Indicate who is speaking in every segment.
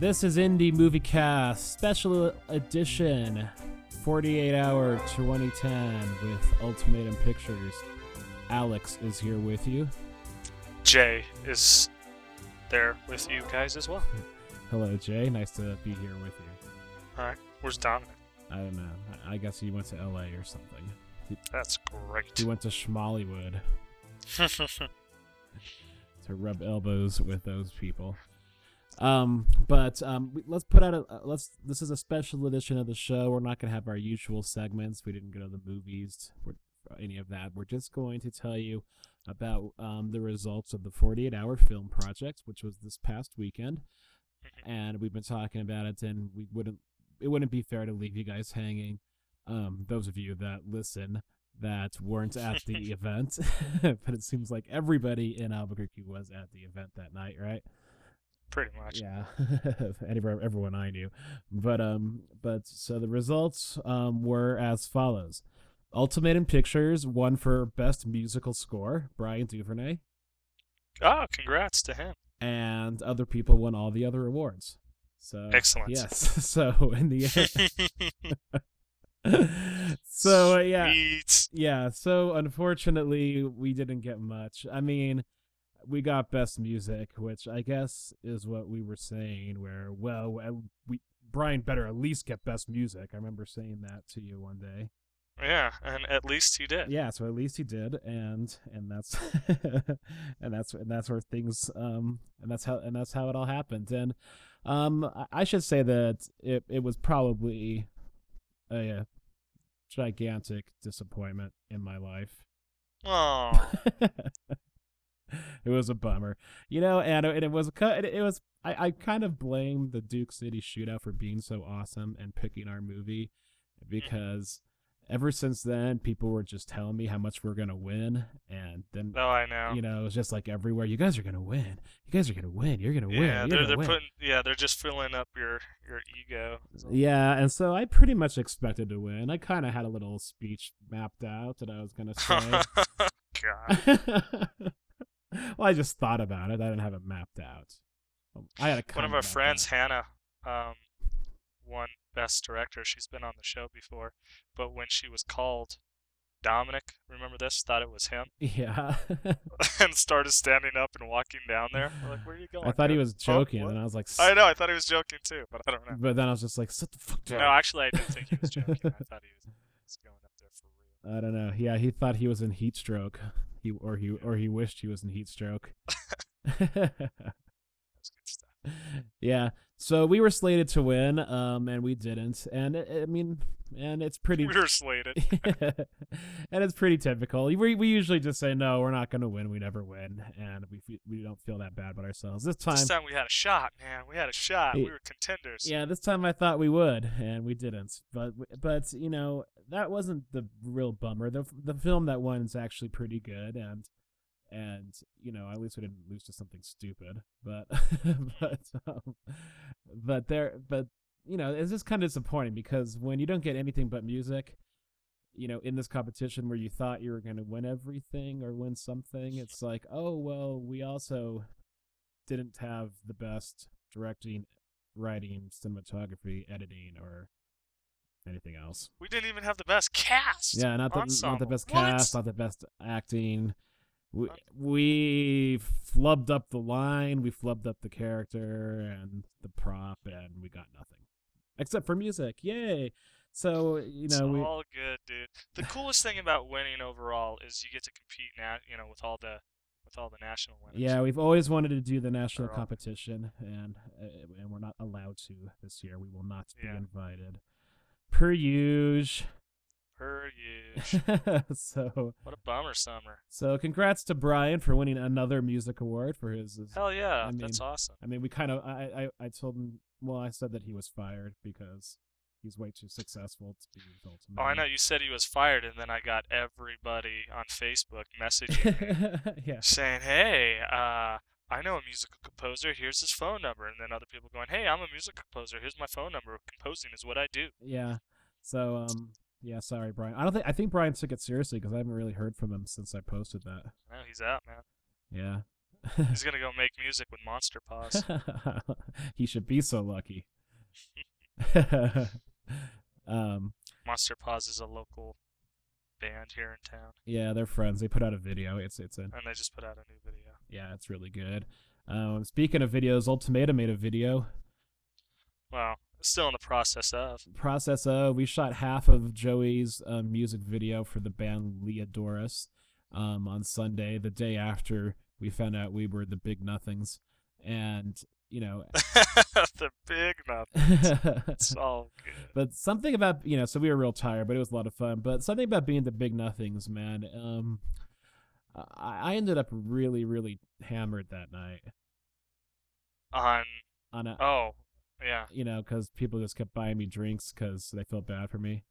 Speaker 1: This is Indie Movie Cast Special Edition 48 Hour 2010 with Ultimatum Pictures. Alex is here with you.
Speaker 2: Jay is there with you guys as well.
Speaker 1: Hmm. Hello, Jay. Nice to be here with you.
Speaker 2: All right, where's Dominic?
Speaker 1: I don't know. I I guess he went to LA or something.
Speaker 2: That's
Speaker 1: He
Speaker 2: great.
Speaker 1: went to Schmollywood to rub elbows with those people. Um, but um, we- let's put out a uh, let's. This is a special edition of the show. We're not going to have our usual segments. We didn't go to the movies or any of that. We're just going to tell you about um, the results of the 48 hour film project, which was this past weekend, and we've been talking about it. And we wouldn't it wouldn't be fair to leave you guys hanging. Um, those of you that listen that weren't at the event, but it seems like everybody in Albuquerque was at the event that night, right?
Speaker 2: Pretty much.
Speaker 1: Yeah, Anywhere- everyone I knew. But um, but so the results um were as follows: Ultimatum Pictures won for best musical score, Brian Duvernay,
Speaker 2: Oh, congrats to him.
Speaker 1: and other people won all the other awards. So
Speaker 2: Excellent.
Speaker 1: Yes. So in the end, so yeah,
Speaker 2: Sweet.
Speaker 1: yeah so unfortunately we didn't get much i mean we got best music which i guess is what we were saying where well at- we brian better at least get best music i remember saying that to you one day
Speaker 2: Yeah, and at least he did.
Speaker 1: yeah so at least he did and and that's and that's and that's where things um and that's how and that's how it all happened and um I- i should say that it, it was probably a gigantic disappointment in my life
Speaker 2: Oh,
Speaker 1: it was a bummer, you know, and, and it was it, it was I, I kind of blame the Duke City Shootout for being so awesome and picking our movie
Speaker 2: Mm.
Speaker 1: because ever since then people were just telling me how much we're gonna win, and then
Speaker 2: no, I know.
Speaker 1: you know it was just like everywhere you guys are gonna win, you guys are gonna win, you're gonna win,
Speaker 2: yeah,
Speaker 1: you're
Speaker 2: they're
Speaker 1: gonna
Speaker 2: they're
Speaker 1: win.
Speaker 2: putting yeah they're just filling up your your ego.
Speaker 1: Yeah, and so I pretty much expected to win. I kind of had a little speech mapped out that I was gonna say.
Speaker 2: God.
Speaker 1: well, I just thought about it. I didn't have it mapped out. I had a
Speaker 2: One
Speaker 1: kind
Speaker 2: of our
Speaker 1: mapped
Speaker 2: friends,
Speaker 1: out.
Speaker 2: Hannah, um, won Best Director. She's been on the show before, but when she was called, Dominic, remember this, thought it was him,
Speaker 1: Yeah,
Speaker 2: and started standing up and walking down there. We're like, where are you going?
Speaker 1: I thought he
Speaker 2: dude?"
Speaker 1: was joking,
Speaker 2: what?
Speaker 1: and I was like, s-
Speaker 2: I know. I thought he was joking too, but I don't know.
Speaker 1: but then I was just like, "Sit the fuck down."
Speaker 2: No, actually, I didn't think he was joking. I thought he was, he was going up there for real.
Speaker 1: I don't know. Yeah, he thought he was in heat stroke. He or he or he wished he was in heat stroke.
Speaker 2: That's good stuff.
Speaker 1: yeah. So we were slated to win, um, and we didn't. And it, I mean, and it's pretty.
Speaker 2: We were slated.
Speaker 1: and it's pretty typical. We, we usually just say no, we're not going to win. We never win, and we fe- we don't feel that bad about ourselves. This time,
Speaker 2: This time we had a shot, man. We had a shot.
Speaker 1: Yeah.
Speaker 2: We were contenders.
Speaker 1: yeah, this time I thought we would, and we didn't. But but you know that wasn't the real bummer. the The film that won is actually pretty good, and and you know at least we didn't lose to something stupid. But but um, but there but you know it's just kind of disappointing because when you don't get anything but music. You know, in this competition where you thought you were going to win everything or win something, it's like, oh well, we also didn't have the best directing writing, cinematography, editing, or anything else.
Speaker 2: We didn't even have the best cast.
Speaker 1: Yeah, not the not the
Speaker 2: Ensemble.
Speaker 1: best
Speaker 2: What?
Speaker 1: cast, not the best acting. We, we flubbed up the line, we flubbed up the character and the prop, and we got nothing except for music. Yay! So you know,
Speaker 2: it's
Speaker 1: we,
Speaker 2: all good, dude. The coolest thing about winning overall is you get to compete now. You know, with all the with all the national winners.
Speaker 1: Yeah, we've always wanted to do the national
Speaker 2: They're all-
Speaker 1: competition, and uh, and we're not allowed to this year. We will not be
Speaker 2: Yeah.
Speaker 1: invited, per usual.
Speaker 2: Per huge.
Speaker 1: so
Speaker 2: what a bummer summer.
Speaker 1: so congrats to Brian for winning another music award for his. his-
Speaker 2: Hell yeah,
Speaker 1: I
Speaker 2: that's
Speaker 1: mean,
Speaker 2: awesome.
Speaker 1: I mean, we kind of I, I I told him. Well, I said that he was fired because he's way too successful to be with Ultimate.
Speaker 2: Oh, I know. You said he was fired, and then I got everybody on Facebook messaging
Speaker 1: yeah.
Speaker 2: saying, "Hey, uh, I know a musical composer. Here's his phone number." And then other people going, "Hey, I'm a music composer. Here's my phone number. Composing is what I do."
Speaker 1: Yeah. So um. Yeah, sorry, Brian. I don't think I think Brian took it seriously because I haven't really heard from him since I posted that.
Speaker 2: No, he's out, man.
Speaker 1: Yeah.
Speaker 2: He's gonna go make music with Monster Paws.
Speaker 1: he should be so lucky. um,
Speaker 2: Monster Paws is a local band here in town,
Speaker 1: yeah, they're friends. They put out a video. It's it's a
Speaker 2: and they just put out a new video.
Speaker 1: yeah, it's really good. Um, speaking of videos, Ultimata made a video.
Speaker 2: Well, still in the process of.
Speaker 1: Process of we shot half of Joey's uh, music video for the band Leodorus um, on Sunday, the day after we found out we were the Big Nothings, and you know.
Speaker 2: the big nothing. It's all good.
Speaker 1: but something about you know so we were real tired but it was a lot of fun but something about being the big nothings man um i, I ended up really really hammered that night
Speaker 2: On
Speaker 1: on a
Speaker 2: oh yeah.
Speaker 1: you know because people just kept buying me drinks because they felt bad for me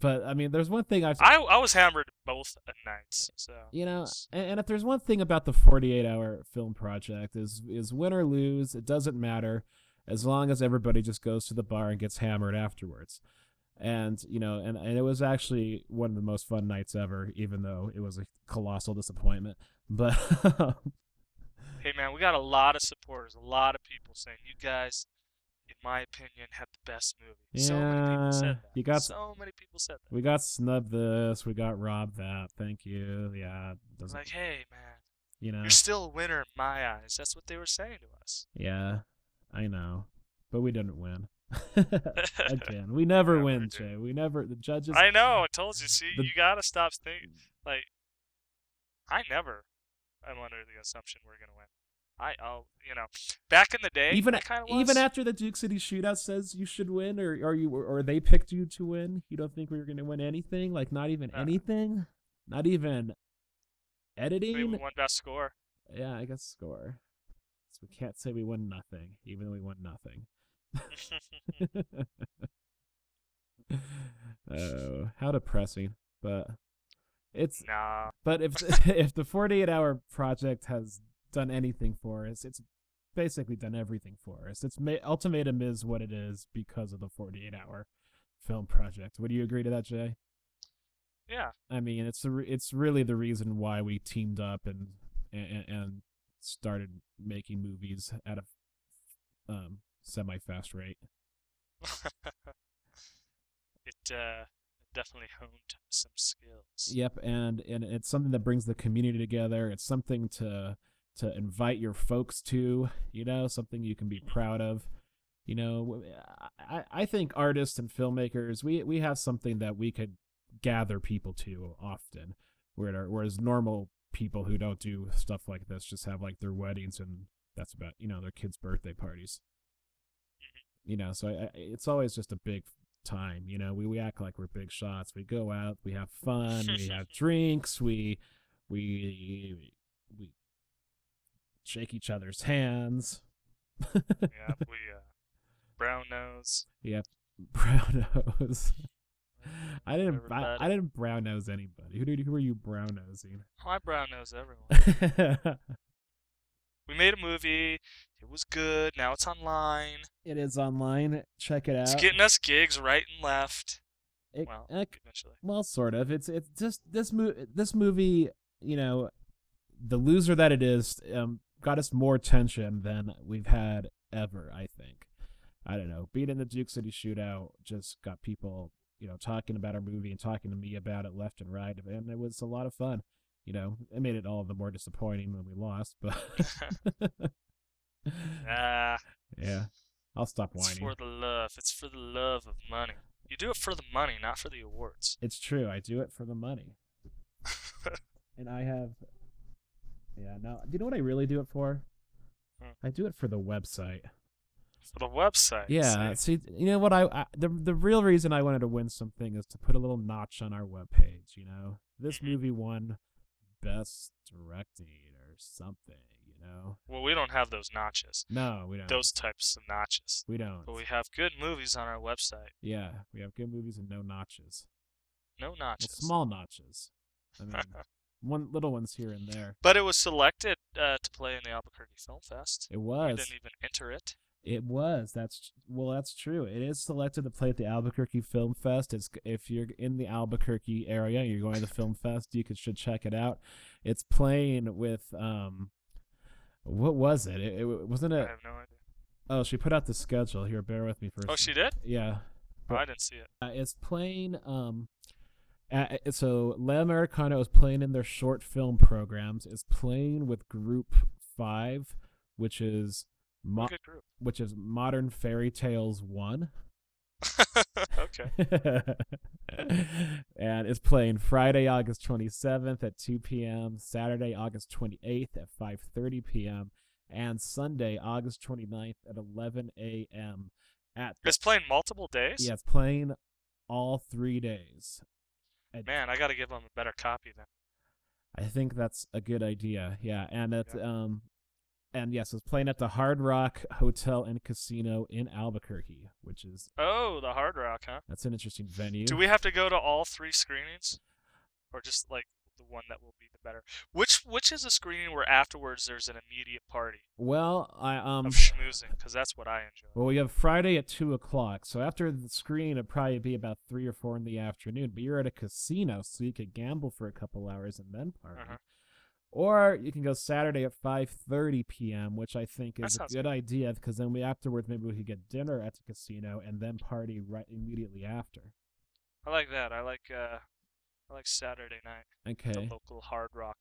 Speaker 1: but i mean there's one thing i
Speaker 2: I I was hammered both nights. So
Speaker 1: you know
Speaker 2: it's-
Speaker 1: and, and if there's one thing about the 48 hour film project is is win or lose it doesn't matter as long as everybody just goes to the bar and gets hammered afterwards and you know and, and it was actually one of the most fun nights ever even though it was a colossal disappointment but uh
Speaker 2: hey man, we got a lot of supporters, a lot of people saying you guys, in my opinion, had the best movie. so many
Speaker 1: Yeah,
Speaker 2: people said that.
Speaker 1: you got-
Speaker 2: so many people said that.
Speaker 1: we got snubbed this we got robbed that thank you yeah
Speaker 2: It's
Speaker 1: doesn't
Speaker 2: like, hey man,
Speaker 1: you know
Speaker 2: you're still a winner in my eyes. That's what they were saying to us.
Speaker 1: yeah i know but we didn't win again we never
Speaker 2: Never
Speaker 1: win
Speaker 2: do.
Speaker 1: jay we never the judges
Speaker 2: I know. I told you. See,
Speaker 1: the- Mm.
Speaker 2: you gotta stop thinking. Like, I never. am under the assumption we're gonna win. I oh, you know, back in the day,
Speaker 1: even
Speaker 2: I kind of
Speaker 1: even after the Duke City shootout says you should win, or or you or they picked you to win, you don't think we were going to win anything? Like not even
Speaker 2: Uh.
Speaker 1: anything, not even
Speaker 2: maybe we
Speaker 1: editing.
Speaker 2: won best score.
Speaker 1: Yeah, I guess score. So we can't say we won nothing, even though we won nothing.
Speaker 2: Hmm.
Speaker 1: oh, how depressing! But it's
Speaker 2: nah,
Speaker 1: but if if the 48 hour project has done anything for us, it's basically done everything for us. It's ma- ultimatum is what it is because of the 48 hour film project. Would you agree to that, Jay?
Speaker 2: yeah,
Speaker 1: I mean, it's the re- it's really the reason why we teamed up and and, and started making movies at a um, semi fast rate.
Speaker 2: it uh, definitely honed some skills.
Speaker 1: Yep, and and it's something that brings the community together. It's something to to invite your folks to, you know, something you can be proud of. You know, w- I I think artists and filmmakers, we we have something that we could gather people to often, where- whereas normal people who don't do stuff like this just have like their weddings and that's about you know their kids' birthday parties.
Speaker 2: Mm-hmm.
Speaker 1: You know, so I, I, it's always just a big time. You know, we, we act like we're big shots. We go out, we have fun, we have drinks, we we we shake each other's hands.
Speaker 2: yeah, we uh, brown nose.
Speaker 1: Brown nose. I didn't. I,
Speaker 2: Everybody.
Speaker 1: I didn't brown nose anybody. Who did? Who are you brown nosing?
Speaker 2: Oh, I brown nose everyone.
Speaker 1: it
Speaker 2: we made a movie. It was good. Now it's online.
Speaker 1: is online. Check it out.
Speaker 2: It's getting us gigs right and left.
Speaker 1: It-
Speaker 2: well,
Speaker 1: it-
Speaker 2: eventually.
Speaker 1: Well, sort of. It's it's just this mo- this movie, you know, the loser that it is, um, got us more tension than we've had ever. I think. I don't know. Being in the Duke City shootout just got people, you know, talking about our movie and talking to me about it left and right, and it was a lot of fun. You know, it made it all the more disappointing when we lost, but
Speaker 2: Ah,
Speaker 1: yeah, I'll stop
Speaker 2: it's
Speaker 1: whining.
Speaker 2: for the love. It's for the love of money. You do it for the money, not for the awards.
Speaker 1: It's true. I do it for the money. and I have. Yeah, no. Do you know what I really do it for?
Speaker 2: Hmm.
Speaker 1: I do it for the website.
Speaker 2: For the website.
Speaker 1: Yeah.
Speaker 2: see?
Speaker 1: See, you know what? I, I the the real reason I wanted to win something is to put a little notch on our webpage. You know, this
Speaker 2: Mhm.
Speaker 1: movie won best directing or something. You know?
Speaker 2: Well, we don't have those notches.
Speaker 1: No, we don't.
Speaker 2: Those types of notches.
Speaker 1: we don't.
Speaker 2: But we have good movies on our website.
Speaker 1: yeah, we have good movies and no notches.
Speaker 2: No
Speaker 1: Well,
Speaker 2: notches.
Speaker 1: small Mm. notches. I mean, one little ones here and there.
Speaker 2: but it was selected uh, to play in the Albuquerque Film Fest.
Speaker 1: It
Speaker 2: We
Speaker 1: was.
Speaker 2: didn't even enter it.
Speaker 1: It was. That's well. That's true. It is selected to play at the Albuquerque Film Fest. It's if you're in the Albuquerque area, you're going to the Film Fest. You could should check it out. It's playing with um, What was it? It, it wasn't
Speaker 2: I
Speaker 1: it.
Speaker 2: have no idea.
Speaker 1: Oh, she put out the schedule here. Bear with me for. a
Speaker 2: Oh,
Speaker 1: s-
Speaker 2: she did?
Speaker 1: yeah.
Speaker 2: Oh,
Speaker 1: But-
Speaker 2: I didn't see it.
Speaker 1: Uh, it's playing. Um, uh, uh, so La Americana is playing in their short film programs. It's playing with Group Five, which is mo-
Speaker 2: Good group.
Speaker 1: which is Modern Fairy Tales One,
Speaker 2: okay.
Speaker 1: and it's playing Friday, August twenty seventh at two p.m., Saturday, August twenty eighth at five thirty p.m., and Sunday, August 29th at eleven a.m. At the-
Speaker 2: It's playing multiple days?
Speaker 1: yeah, it's playing all three days.
Speaker 2: Man, I got to give them a better copy then.
Speaker 1: I think that's a good idea. Yeah, and it's
Speaker 2: Yeah.
Speaker 1: um, and yes, it's playing at the Hard Rock Hotel and Casino in Albuquerque, which is
Speaker 2: Oh, the Hard Rock, huh?
Speaker 1: that's an interesting venue.
Speaker 2: Do we have to go to all three screenings, or just like the one that will be the better? Which which is a screening where afterwards there's an immediate party
Speaker 1: well, I um,
Speaker 2: of schmoozing? Because that's what I enjoy.
Speaker 1: well, we have Friday at two o'clock, so after the screen, it'd probably be about three or four in the afternoon. But you're at a casino, so you could gamble for a couple hours and then party.
Speaker 2: Uh-huh.
Speaker 1: Or you can go Saturday at 5:30 p.m., which I think
Speaker 2: That
Speaker 1: is a
Speaker 2: sounds
Speaker 1: good idea because then we afterwards maybe we could get dinner at the casino and then party right immediately after.
Speaker 2: I like that. I like uh, I like Saturday night, at
Speaker 1: Okay.
Speaker 2: the local Hard Rock.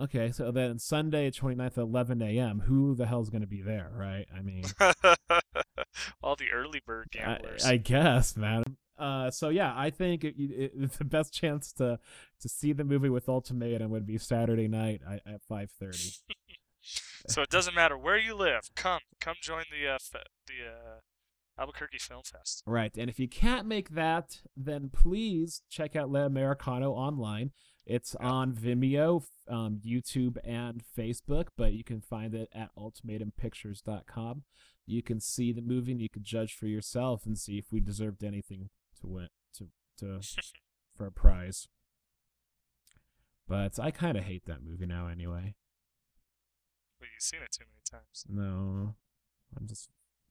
Speaker 1: Okay, so then Sunday 29th at 11 a.m. Who the hell's going to be there, right? I mean,
Speaker 2: all the early bird
Speaker 1: I,
Speaker 2: gamblers.
Speaker 1: I guess, madam. Uh, so yeah, I think it, it, it, the best chance to to see the movie with Ultimatum would be Saturday night at, at 5:30.
Speaker 2: so it doesn't matter where you live. Come, come join the uh, fe- the uh, Albuquerque Film Fest.
Speaker 1: Right. And if you can't make that, then please check out La Americano online. It's on Vimeo, f- um, YouTube, and Facebook, but you can find it at ultimatumpictures.com. You can see the movie and you can judge for yourself and see if we deserved anything to win to to for a prize. But I kind of hate that movie now anyway.
Speaker 2: But you've seen it too many times.
Speaker 1: No. I'm just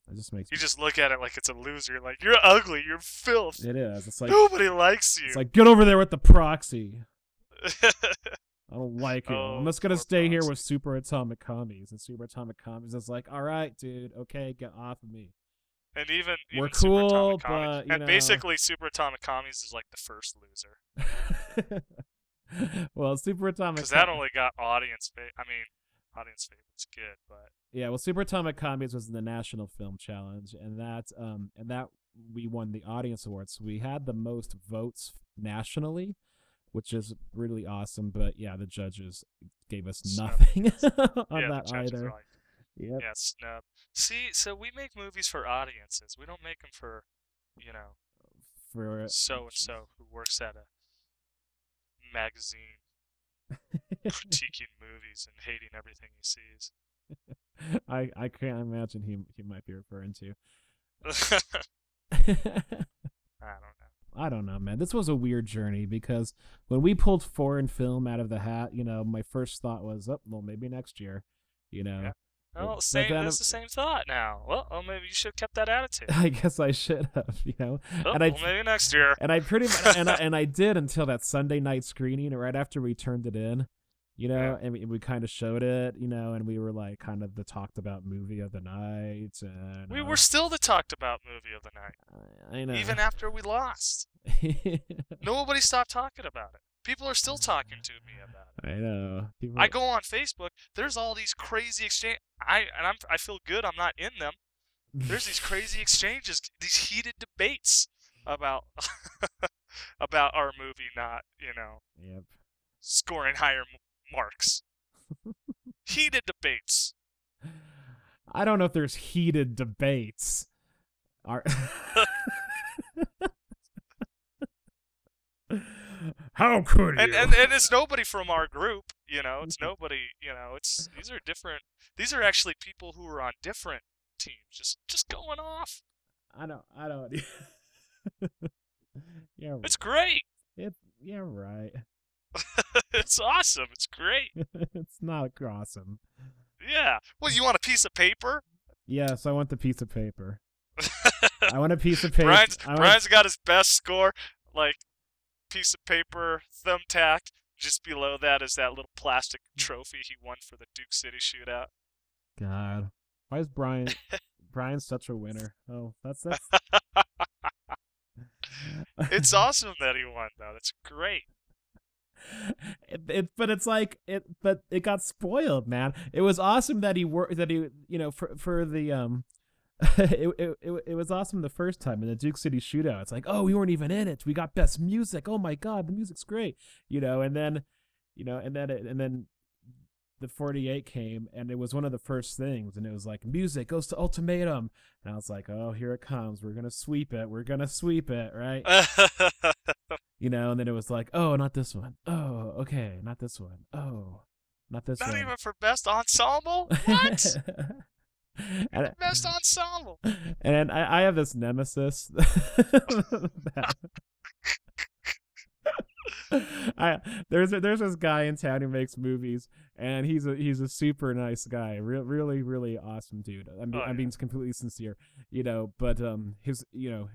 Speaker 1: it just makes
Speaker 2: You
Speaker 1: me-
Speaker 2: just look at it like it's a loser. You're like, you're ugly. You're filth.
Speaker 1: it is. It's like
Speaker 2: Nobody likes you.
Speaker 1: it's like get over there with the proxy. I don't like it.
Speaker 2: Oh,
Speaker 1: I'm just gonna
Speaker 2: poor
Speaker 1: stay here
Speaker 2: Bronson.
Speaker 1: with Super Atomic Commies, and Super Atomic Commies is like, all right, dude, okay, get off of me.
Speaker 2: and even, even
Speaker 1: We're
Speaker 2: Super Atomic
Speaker 1: cool,
Speaker 2: Commies-
Speaker 1: but, you
Speaker 2: and
Speaker 1: know.
Speaker 2: basically Super Atomic Commies is like the first loser
Speaker 1: well, Super Atomic.
Speaker 2: because that
Speaker 1: Com-
Speaker 2: only got audience. Fa- I mean, audience favorites good, but
Speaker 1: Yeah, well, Super Atomic Commies was in the National Film Challenge, and that um and that we won the audience award. So we had the most votes nationally, which is really awesome. But yeah, the judges gave us
Speaker 2: Snub.
Speaker 1: nothing on
Speaker 2: yeah,
Speaker 1: that
Speaker 2: the judges
Speaker 1: either.
Speaker 2: Are like,
Speaker 1: Yep.
Speaker 2: yeah, snub. See, so we make movies for audiences. We don't make them for, you know,
Speaker 1: For
Speaker 2: so and so who works at a magazine critiquing movies and hating everything he sees.
Speaker 1: I I can't imagine he he might be referring to.
Speaker 2: I don't know.
Speaker 1: I don't know, man. This was a weird journey because when we pulled foreign film out of the hat, you know, my first thought was, oh, well, maybe next year, you know.
Speaker 2: Yeah.
Speaker 1: Well,
Speaker 2: Well,
Speaker 1: but
Speaker 2: same.
Speaker 1: then
Speaker 2: It's
Speaker 1: it-
Speaker 2: the same thought now. Well, oh, maybe you should have kept that attitude.
Speaker 1: I guess I should have, you know.
Speaker 2: Oh,
Speaker 1: and I
Speaker 2: well, maybe next year.
Speaker 1: and I pretty much and I, and I did until that Sunday night screening, right after we turned it in, you know, and we, we kind of showed it, you know, and we were like kind of the talked about movie of the night, and
Speaker 2: We
Speaker 1: uh,
Speaker 2: were still the talked about movie of the night,
Speaker 1: I, I know,
Speaker 2: even after we lost. Nobody stopped talking about it. People are still talking to me about it.
Speaker 1: I know. People-
Speaker 2: I go on Facebook. There's all these crazy exchange. I and I'm, I feel good. I'm not in them. There's these crazy exchanges, these heated debates about about our movie not, you know,
Speaker 1: Yep.
Speaker 2: scoring higher m- marks. heated debates.
Speaker 1: I don't know if there's heated debates. Are How could
Speaker 2: and,
Speaker 1: you?
Speaker 2: and and it's nobody from our group you know it's nobody you know it's these are different these are actually people who are on different teams just just going off
Speaker 1: I don't. I don't. e yeah. r-
Speaker 2: it's great
Speaker 1: It, yeah. Right.
Speaker 2: it's awesome it's great
Speaker 1: it's not awesome.
Speaker 2: yeah well you want a piece of paper
Speaker 1: Yes, I want the piece of paper. I want a piece of paper.
Speaker 2: brian's
Speaker 1: I want-
Speaker 2: brian's got his best score like piece of paper thumbtack Just below that is that little plastic trophy he won for the Duke City shootout.
Speaker 1: God, why is Brian Brian such a winner? Oh, that's that's.
Speaker 2: It's awesome that he won, though. That's great.
Speaker 1: it, it, but it's like it, but it got spoiled, man. It was awesome that he worked, that he, you know, for for the um, it, it it it was awesome the first time in the Duke City shootout. It's like, oh, we weren't even in it. We got best music. Oh my god, the music's great, you know. And then, you know, and then it, and then the 48 came and it was one of the first things and it was like music goes to ultimatum and i was like oh here it comes we're gonna sweep it we're gonna sweep it right you know, and then it was like, oh, not this one. Oh, okay, not this one. Oh, not this
Speaker 2: Not
Speaker 1: one.
Speaker 2: even for best ensemble? What?
Speaker 1: and
Speaker 2: best ensemble.
Speaker 1: and I, I have this nemesis. that- I there's a, there's this guy in town who makes movies, and he's a he's a super nice guy, Re- really really awesome dude. I'm be-
Speaker 2: Oh,
Speaker 1: I'm
Speaker 2: yeah.
Speaker 1: being completely sincere, you know. But um his you know,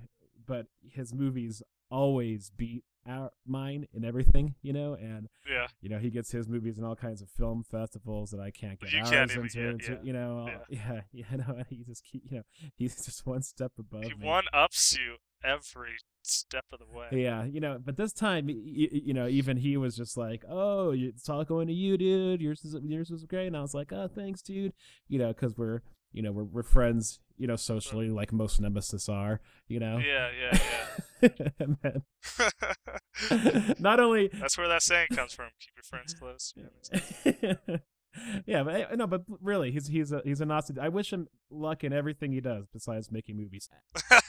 Speaker 1: but his movies always beat our mine in everything, you know. And
Speaker 2: Yeah.
Speaker 1: you know, he gets his movies in all kinds of film festivals that I can't get
Speaker 2: You
Speaker 1: hours
Speaker 2: can't even
Speaker 1: into.
Speaker 2: get-
Speaker 1: into,
Speaker 2: yeah,
Speaker 1: You know, I'll- yeah, yeah, no, he just keep, you know, he's just one step above.
Speaker 2: He
Speaker 1: me.
Speaker 2: one ups you every step of the way.
Speaker 1: Yeah, you know, but this time, y- y- you know, even he was just like, "Oh, you- it's all going to you, dude. Yours is yours was great." And I was like, "Oh, thanks, dude." You know, because we're you know we're we're friends, you
Speaker 2: Mm-hmm.
Speaker 1: know, socially, like most nemesis are, you know.
Speaker 2: Yeah, yeah,
Speaker 1: And then-
Speaker 2: yeah.
Speaker 1: not only
Speaker 2: That's where that saying comes from. Keep your friends close. your enemies
Speaker 1: yeah, but eh, no, but really, he's he's a, he's an awesome. I wish him luck in everything he does, besides making movies.
Speaker 2: close.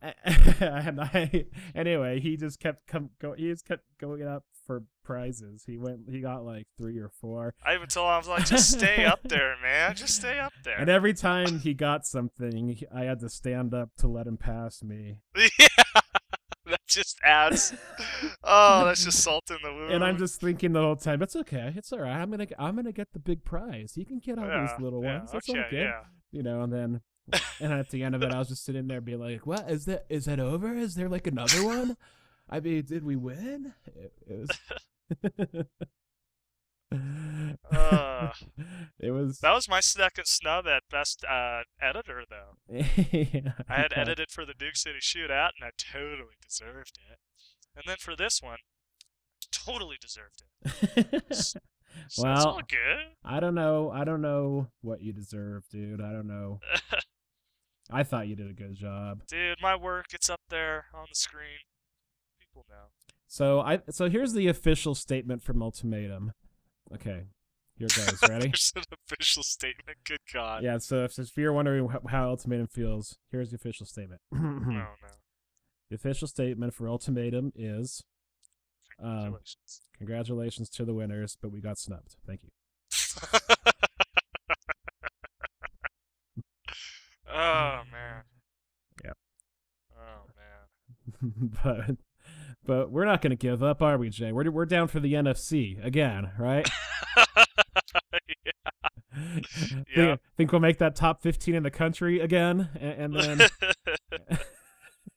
Speaker 2: Uh,
Speaker 1: and I, anyway, he just kept come go. He just kept going up for prizes. He went. He got like three or four.
Speaker 2: I even told him, I was like, just stay up there, man. Just stay up there.
Speaker 1: And every time he got something, he- I had to stand up to let him pass me.
Speaker 2: yeah. That just adds. Oh, that's just salt in the wound.
Speaker 1: And I'm just thinking the whole time, it's okay, it's all right. I'm gonna, I'm gonna get the big prize. He can get all these little
Speaker 2: yeah,
Speaker 1: ones. It's
Speaker 2: Okay,
Speaker 1: okay.
Speaker 2: yeah.
Speaker 1: you know, and then and at the end of it, I was just sitting there being like, "What is that? Is that over? Is there like another one? I mean, did we win?" It, it was.
Speaker 2: Uh,
Speaker 1: it was.
Speaker 2: that was my second snub at best uh, editor, though.
Speaker 1: yeah,
Speaker 2: I had edited for the Duke City Shootout, and I totally deserved it. And then for this one, totally deserved it. So it's
Speaker 1: Well-
Speaker 2: all good.
Speaker 1: I don't know. I don't know what you deserve, dude. I don't know. I thought you did a good job.
Speaker 2: Dude, my work, it's up there on the screen. People know.
Speaker 1: So I. So here's the official statement from Ultimatum. Okay, here goes. Ready?
Speaker 2: There's an official statement. Good God.
Speaker 1: Yeah, so if, if you're wondering wh- how Ultimatum feels, here's the official statement.
Speaker 2: Oh,
Speaker 1: the
Speaker 2: no.
Speaker 1: official statement for Ultimatum is um,
Speaker 2: Congratulations.
Speaker 1: congratulations to the winners, but we got snubbed. Thank you.
Speaker 2: oh, man.
Speaker 1: Hmm. Yep.
Speaker 2: Oh, man.
Speaker 1: but but we're not going to give up, are we, Jay? We're, we're down for the NFC again, right?
Speaker 2: Yeah.
Speaker 1: think, think we'll make that top 15 in the country again and, and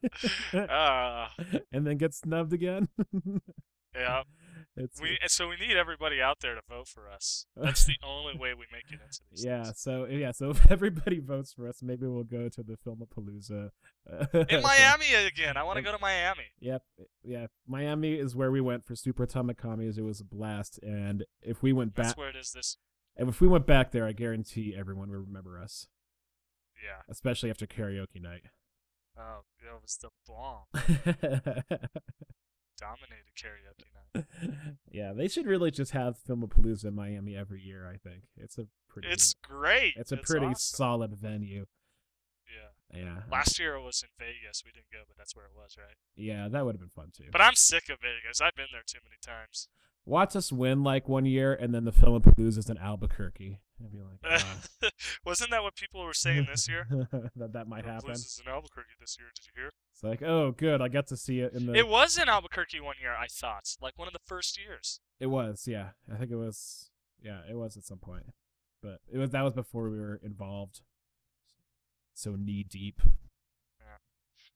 Speaker 1: then
Speaker 2: Ah,
Speaker 1: and then get snubbed again?
Speaker 2: yeah.
Speaker 1: It's,
Speaker 2: We and so we need everybody out there to vote for us. That's the only way we make it into these.
Speaker 1: Yeah,
Speaker 2: things.
Speaker 1: so yeah, so if everybody votes for us, maybe we'll go to the Filmapalooza. uh,
Speaker 2: In Miami again. I want to go to Miami.
Speaker 1: Yep. eh, Yeah. Miami is where we went for Super Atomic Commies. It was a blast. And if we went
Speaker 2: That's
Speaker 1: back
Speaker 2: where it is. This.
Speaker 1: and if we went back there, I guarantee everyone will remember us.
Speaker 2: Yeah.
Speaker 1: Especially after karaoke night.
Speaker 2: Oh, that was the bomb. Dominated karaoke night.
Speaker 1: yeah, they should really just have Filmapalooza in Miami every year, I think. It's a pretty
Speaker 2: It's great.
Speaker 1: it's a pretty
Speaker 2: awesome.
Speaker 1: solid venue.
Speaker 2: Yeah.
Speaker 1: Yeah.
Speaker 2: Last year it was in Vegas. We didn't go, but that's where it was, right?
Speaker 1: Yeah, that would have been fun too.
Speaker 2: But I'm sick of Vegas. I've been there too many times.
Speaker 1: Watch us win like one year and then the Filmapalooza is in Albuquerque. I'd be like, ah.
Speaker 2: Wasn't that what people were saying this year?
Speaker 1: that that might
Speaker 2: Or
Speaker 1: happen.
Speaker 2: Blues is in Albuquerque this year. Did you hear?
Speaker 1: It's like, oh, good, I got to see it in the.
Speaker 2: It was in Albuquerque one year, I thought, like one of the first years.
Speaker 1: It was, yeah. I think it was, yeah, it was at some point, but it was that was before we were involved, so knee deep.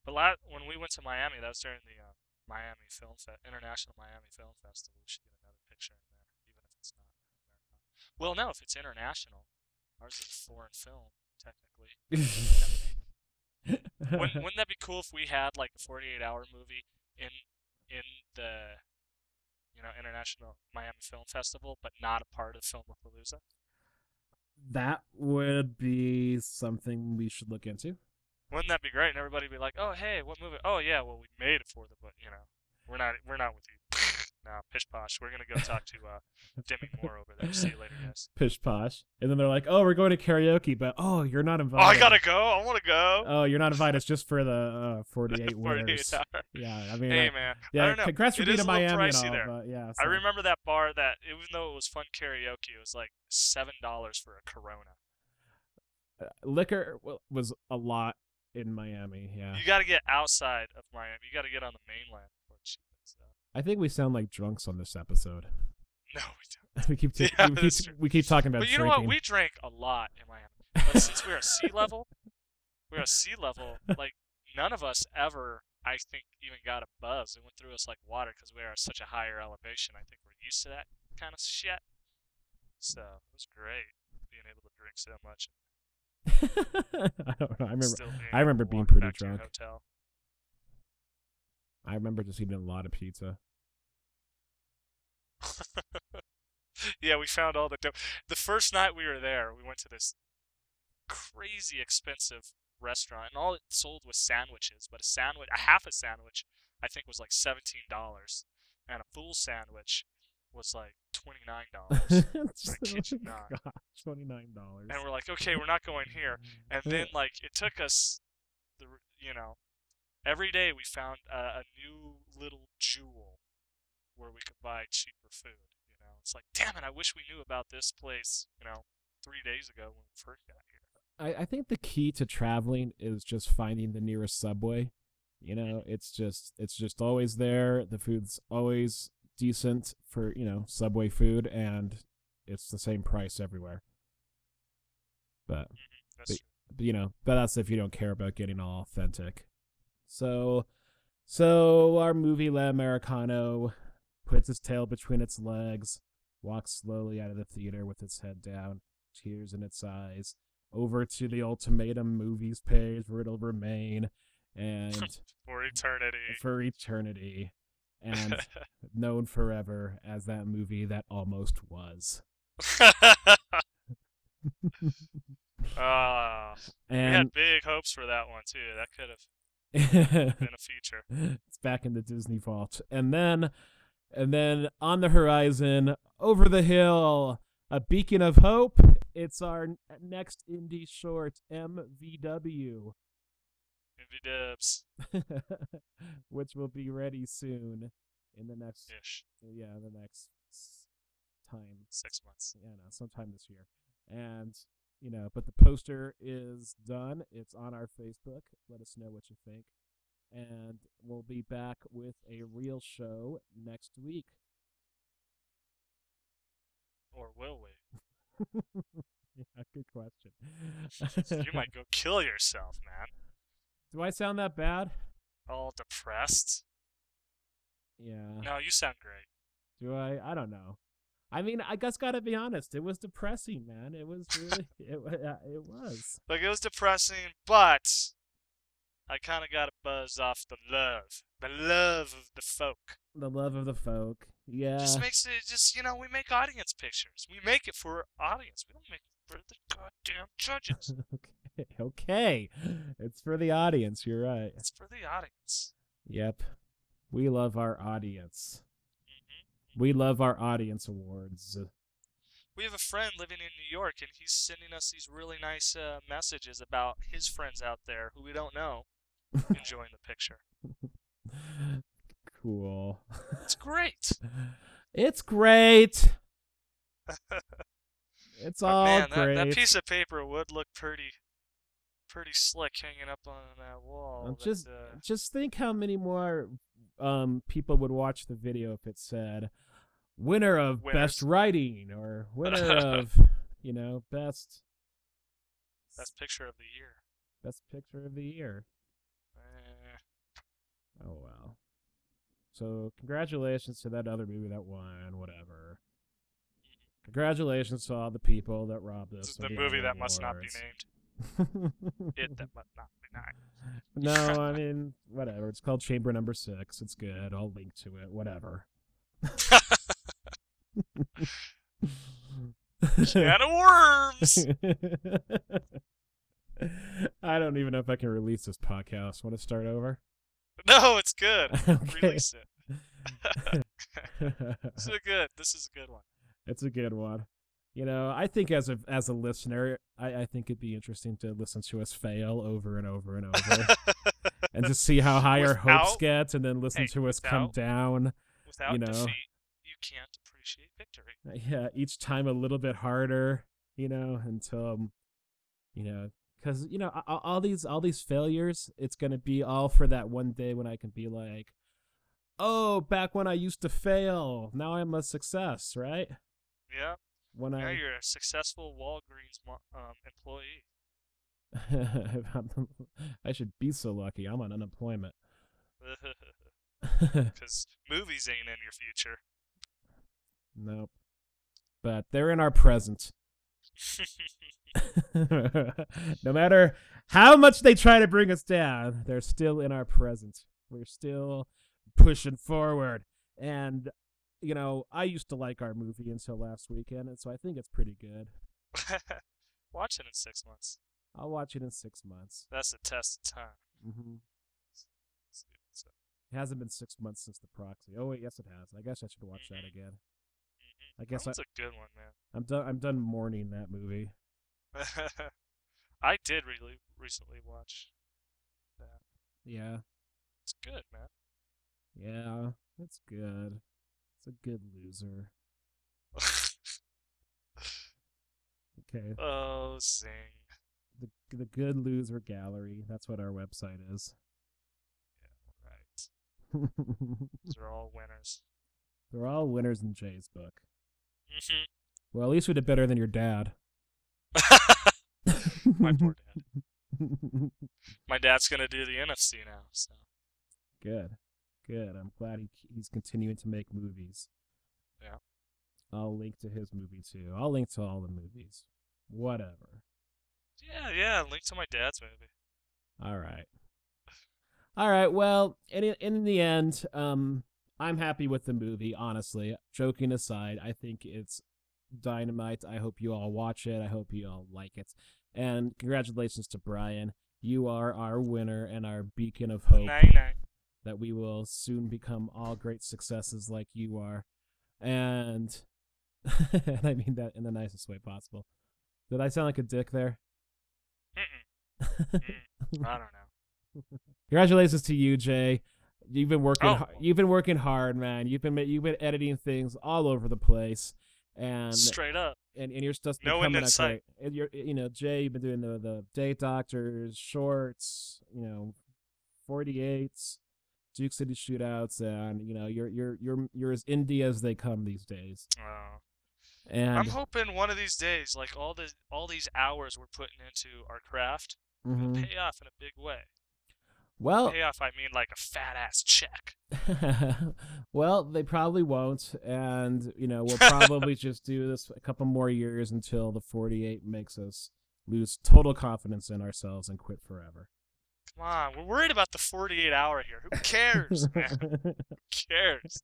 Speaker 2: But la- when we went to Miami, that was during the uh, Miami Film Fest, International Miami Film Festival, we should get another picture in there, even if it's not American. Well, no, if it's international, ours is a foreign film technically. Wouldn't, wouldn't that be cool if we had like a 48 hour movie in in the you know International Miami Film Festival, but not a part of Filmapalooza?
Speaker 1: that would be something we should look into.
Speaker 2: Wouldn't that be great? And everybody'd be like, "Oh, hey, what movie? Oh, yeah, well, we made it for the, but you know, we're not we're not with you." no, pish posh. We're gonna go talk to uh, Demi Moore over there. See you later, guys.
Speaker 1: Pish posh. And then they're like, "Oh, we're going to karaoke, but oh, you're not
Speaker 2: Oh,
Speaker 1: invited."
Speaker 2: I gotta go. I want to go.
Speaker 1: Oh, you're not invited. It's just for the uh, 48 winners.
Speaker 2: 48 hours.
Speaker 1: Yeah, I mean,
Speaker 2: Hey
Speaker 1: like,
Speaker 2: man, I
Speaker 1: yeah.
Speaker 2: don't know.
Speaker 1: Congrats for
Speaker 2: It
Speaker 1: being
Speaker 2: is
Speaker 1: in
Speaker 2: a little
Speaker 1: Miami and
Speaker 2: pricey
Speaker 1: all,
Speaker 2: there.
Speaker 1: but yeah.
Speaker 2: I
Speaker 1: so-
Speaker 2: remember that bar that even though it was fun karaoke, it was like seven dollars for a Corona.
Speaker 1: uh, liquor wa- was a lot in Miami. Yeah,
Speaker 2: You got to get outside of Miami. You got to get on the mainland before it cheapens out.
Speaker 1: I think we sound like drunks on this episode.
Speaker 2: No, we don't.
Speaker 1: we keep t-
Speaker 2: Yeah,
Speaker 1: we, keep
Speaker 2: that's true.
Speaker 1: we keep talking about.
Speaker 2: But you know
Speaker 1: drinking.
Speaker 2: what? We drank a lot in Miami. But since we're at sea level, we're at sea level. Like none of us ever, I think, even got a buzz. It went through us like water because we are at such a higher elevation. I think we're used to that kind of shit. So it was great being able to drink so much.
Speaker 1: I don't know. I
Speaker 2: and
Speaker 1: remember.
Speaker 2: still being
Speaker 1: I
Speaker 2: able
Speaker 1: remember
Speaker 2: to
Speaker 1: being
Speaker 2: walk
Speaker 1: pretty
Speaker 2: back to your
Speaker 1: drunk.
Speaker 2: Hotel.
Speaker 1: I remember just eating a lot of pizza.
Speaker 2: yeah, we found all the dope. The first night we were there, we went to this crazy expensive restaurant, and all it sold was sandwiches. But a sandwich, a half a sandwich, I think was like seventeen dollars, and a full sandwich was like twenty nine dollars.
Speaker 1: Just-
Speaker 2: Oh, kid you
Speaker 1: oh my
Speaker 2: not.
Speaker 1: God, Twenty-nine dollars.
Speaker 2: and we're like, okay, we're not going here. And then like it took us, the r- you know, every day we found uh, a new little jewel where we could buy cheaper food. You know, it's like, damn it, I wish we knew about this place. You know, three days ago when we first got here.
Speaker 1: I, I think the key to traveling is just finding the nearest subway. You know, it's just it's just always there. The food's always decent for you know subway food, and it's the same price everywhere. But
Speaker 2: That's
Speaker 1: Wait. you know, but that's if you don't care about getting all authentic. So, so our movie La Americano puts its tail between its legs, walks slowly out of the theater with its head down, tears in its eyes, over to the ultimatum movies page where it'll remain and
Speaker 2: for eternity.
Speaker 1: for eternity and known forever as that movie that almost was.
Speaker 2: Ah, we
Speaker 1: And
Speaker 2: had big hopes for that one too. That could have been a feature.
Speaker 1: it's back in the Disney vault. And then and then on the horizon, over the hill, a beacon of hope. It's our n- next indie short, MVW,
Speaker 2: Envy dibs
Speaker 1: which will be ready soon in the next
Speaker 2: ish.
Speaker 1: yeah, the next s- time.
Speaker 2: Six months.
Speaker 1: You know, sometime this year. And you know, but the poster is done. It's on our Facebook. Let us know what you think. And we'll be back with a real show next week.
Speaker 2: Or will we?
Speaker 1: Yeah, good question.
Speaker 2: you might go kill yourself, man.
Speaker 1: Do I sound that bad?
Speaker 2: All depressed.
Speaker 1: Yeah.
Speaker 2: No, you sound great.
Speaker 1: Do I? I don't know. I mean, I guess gotta be honest. It was depressing, man. It was really. it wa- uh, it was.
Speaker 2: Like it was depressing, but I kind of got a buzz off the love, the love of the folk.
Speaker 1: The love of the folk. Yeah.
Speaker 2: just makes it just you know we make audience pictures. We make it for our audience. We don't make it for the goddamn judges.
Speaker 1: okay. Okay. It's for the audience. You're right.
Speaker 2: it's for the audience.
Speaker 1: Yep. We love our audience.
Speaker 2: hmm
Speaker 1: We love our audience awards.
Speaker 2: we have a friend living in New York, and he's sending us these really nice uh, messages about his friends out there who we don't know enjoying the picture.
Speaker 1: cool.
Speaker 2: It's great.
Speaker 1: It's great. It's
Speaker 2: But
Speaker 1: all
Speaker 2: Uh, man, that,
Speaker 1: great.
Speaker 2: that piece of paper would look pretty, pretty slick hanging up on that wall.
Speaker 1: Um,
Speaker 2: but,
Speaker 1: just
Speaker 2: uh,
Speaker 1: just think how many more um people would watch the video if it said winner of best
Speaker 2: Winners.
Speaker 1: writing or winner of you know best
Speaker 2: best picture of the year.
Speaker 1: best picture of the year.
Speaker 2: Eh,
Speaker 1: Oh well. So congratulations to that other movie that won, whatever. Congratulations to all the people that robbed us.
Speaker 2: This is
Speaker 1: of
Speaker 2: the movie that must not be
Speaker 1: awards.
Speaker 2: named. It that must not be named.
Speaker 1: no, I mean whatever. It's called Chamber Number Six. It's good. I'll link to it. Whatever.
Speaker 2: Can of worms.
Speaker 1: I don't even know if I can release this podcast. Want to start over?
Speaker 2: No, it's good.
Speaker 1: Okay.
Speaker 2: Release it. This is a good. This is a good one.
Speaker 1: It's a good one. You know, I think as a as a listener, I, I think it'd be interesting to listen to us fail over and over and over, and just see how high our hopes
Speaker 2: Without-
Speaker 1: get, and then listen
Speaker 2: hey,
Speaker 1: to us come
Speaker 2: without-
Speaker 1: down.
Speaker 2: Without
Speaker 1: You know.
Speaker 2: defeat, you can't appreciate victory.
Speaker 1: Yeah, each time a little bit harder. You know, until um, you know, because you know, a- a- all these all these failures, it's gonna be all for that one day when I can be like, oh, back when I used to fail, now I'm a success, right?
Speaker 2: Yeah.
Speaker 1: When
Speaker 2: Now
Speaker 1: I
Speaker 2: you're a successful Walgreens mo- um, employee.
Speaker 1: If I'm- I should be so lucky. I'm on unemployment.
Speaker 2: Because movies ain't in your future.
Speaker 1: nope. But they're in our present. no matter how much they try to bring us down, they're still in our present. We're still pushing forward. And, you know, I used to like our movie until last weekend, and so I think it's pretty good.
Speaker 2: Watch it in six months.
Speaker 1: I'll watch it in six months.
Speaker 2: That's a test of time.
Speaker 1: hmm
Speaker 2: Let's see what's up.
Speaker 1: It hasn't been six months since the proxy. Oh, wait, yes, it has. I guess I should watch that again.
Speaker 2: Mhm.
Speaker 1: I guess
Speaker 2: that was a good one, man.
Speaker 1: I'm done. I'm done mourning that movie.
Speaker 2: I did really recently watch.
Speaker 1: Yeah,
Speaker 2: It's good, man.
Speaker 1: yeah, it's good. It's a good loser. Okay,
Speaker 2: oh, zing.
Speaker 1: the the good loser gallery. That's what our website is.
Speaker 2: Right. These are all winners.
Speaker 1: They're all winners in Jay's book.
Speaker 2: Mhm.
Speaker 1: Well, at least we did better than your dad.
Speaker 2: Mm-hmm. My poor dad. My dad's gonna do the NFC now. So
Speaker 1: good, good. I'm glad he he's continuing to make movies.
Speaker 2: Yeah.
Speaker 1: I'll link to his movie too. I'll link to all the movies. Whatever.
Speaker 2: yeah, yeah. Link to my dad's movie.
Speaker 1: All right. All right. Well, in in the end, um, I'm happy with the movie. Honestly, joking aside, I think it's dynamite. I hope you all watch it. I hope you all like it. And congratulations to Brian. You are our winner and our beacon of hope
Speaker 2: Nine nine.
Speaker 1: that we will soon become all great successes like you are. And, and I mean that in the nicest way possible. Did I sound like a dick there?
Speaker 2: Mm-mm. Mm. I don't know.
Speaker 1: Congratulations to you, Jay. You've been working.
Speaker 2: Oh.
Speaker 1: har You've been working hard, man. You've been ma- you've been editing things all over the place, and
Speaker 2: Straight up.
Speaker 1: and, and your stuff's been
Speaker 2: No end
Speaker 1: coming
Speaker 2: in
Speaker 1: out
Speaker 2: sight.
Speaker 1: great. And you're, you know, Jay, you've been doing the the day doctors, shorts, you know, forty eights, Duke City shootouts, and you know, you're you're you're you're as indie as they come these days.
Speaker 2: Oh.
Speaker 1: And
Speaker 2: I'm hoping one of these days, like all the all these hours we're putting into our craft, will
Speaker 1: Mhm.
Speaker 2: pay off in a big way.
Speaker 1: well,
Speaker 2: Pay off, I mean like a fat ass check.
Speaker 1: well, they probably won't, and you know we'll probably just do this a couple more years until the 48 makes us lose total confidence in ourselves and quit forever.
Speaker 2: Come on, we're worried about the 48 hour here. Who cares, man? Who cares?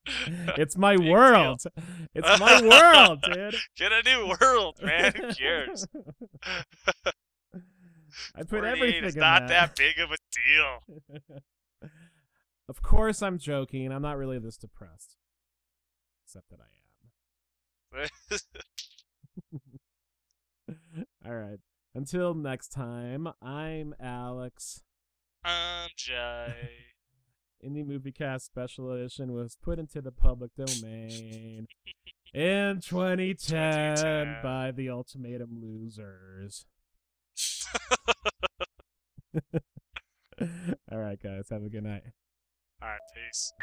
Speaker 1: it's my
Speaker 2: Big
Speaker 1: world. It's my world, dude.
Speaker 2: Get a new world, man. Who cares?
Speaker 1: I put
Speaker 2: 48
Speaker 1: everything
Speaker 2: is
Speaker 1: in
Speaker 2: not
Speaker 1: that.
Speaker 2: that big of a deal.
Speaker 1: Of course, I'm joking. I'm not really this depressed, except that I am. All right. Until next time, I'm Alex.
Speaker 2: I'm Jay.
Speaker 1: Indie Movie Cast Special Edition was put into the public domain in 2010
Speaker 2: 2010.
Speaker 1: by the Ultimatum Losers. All right, guys. Have a good night.
Speaker 2: All right, peace.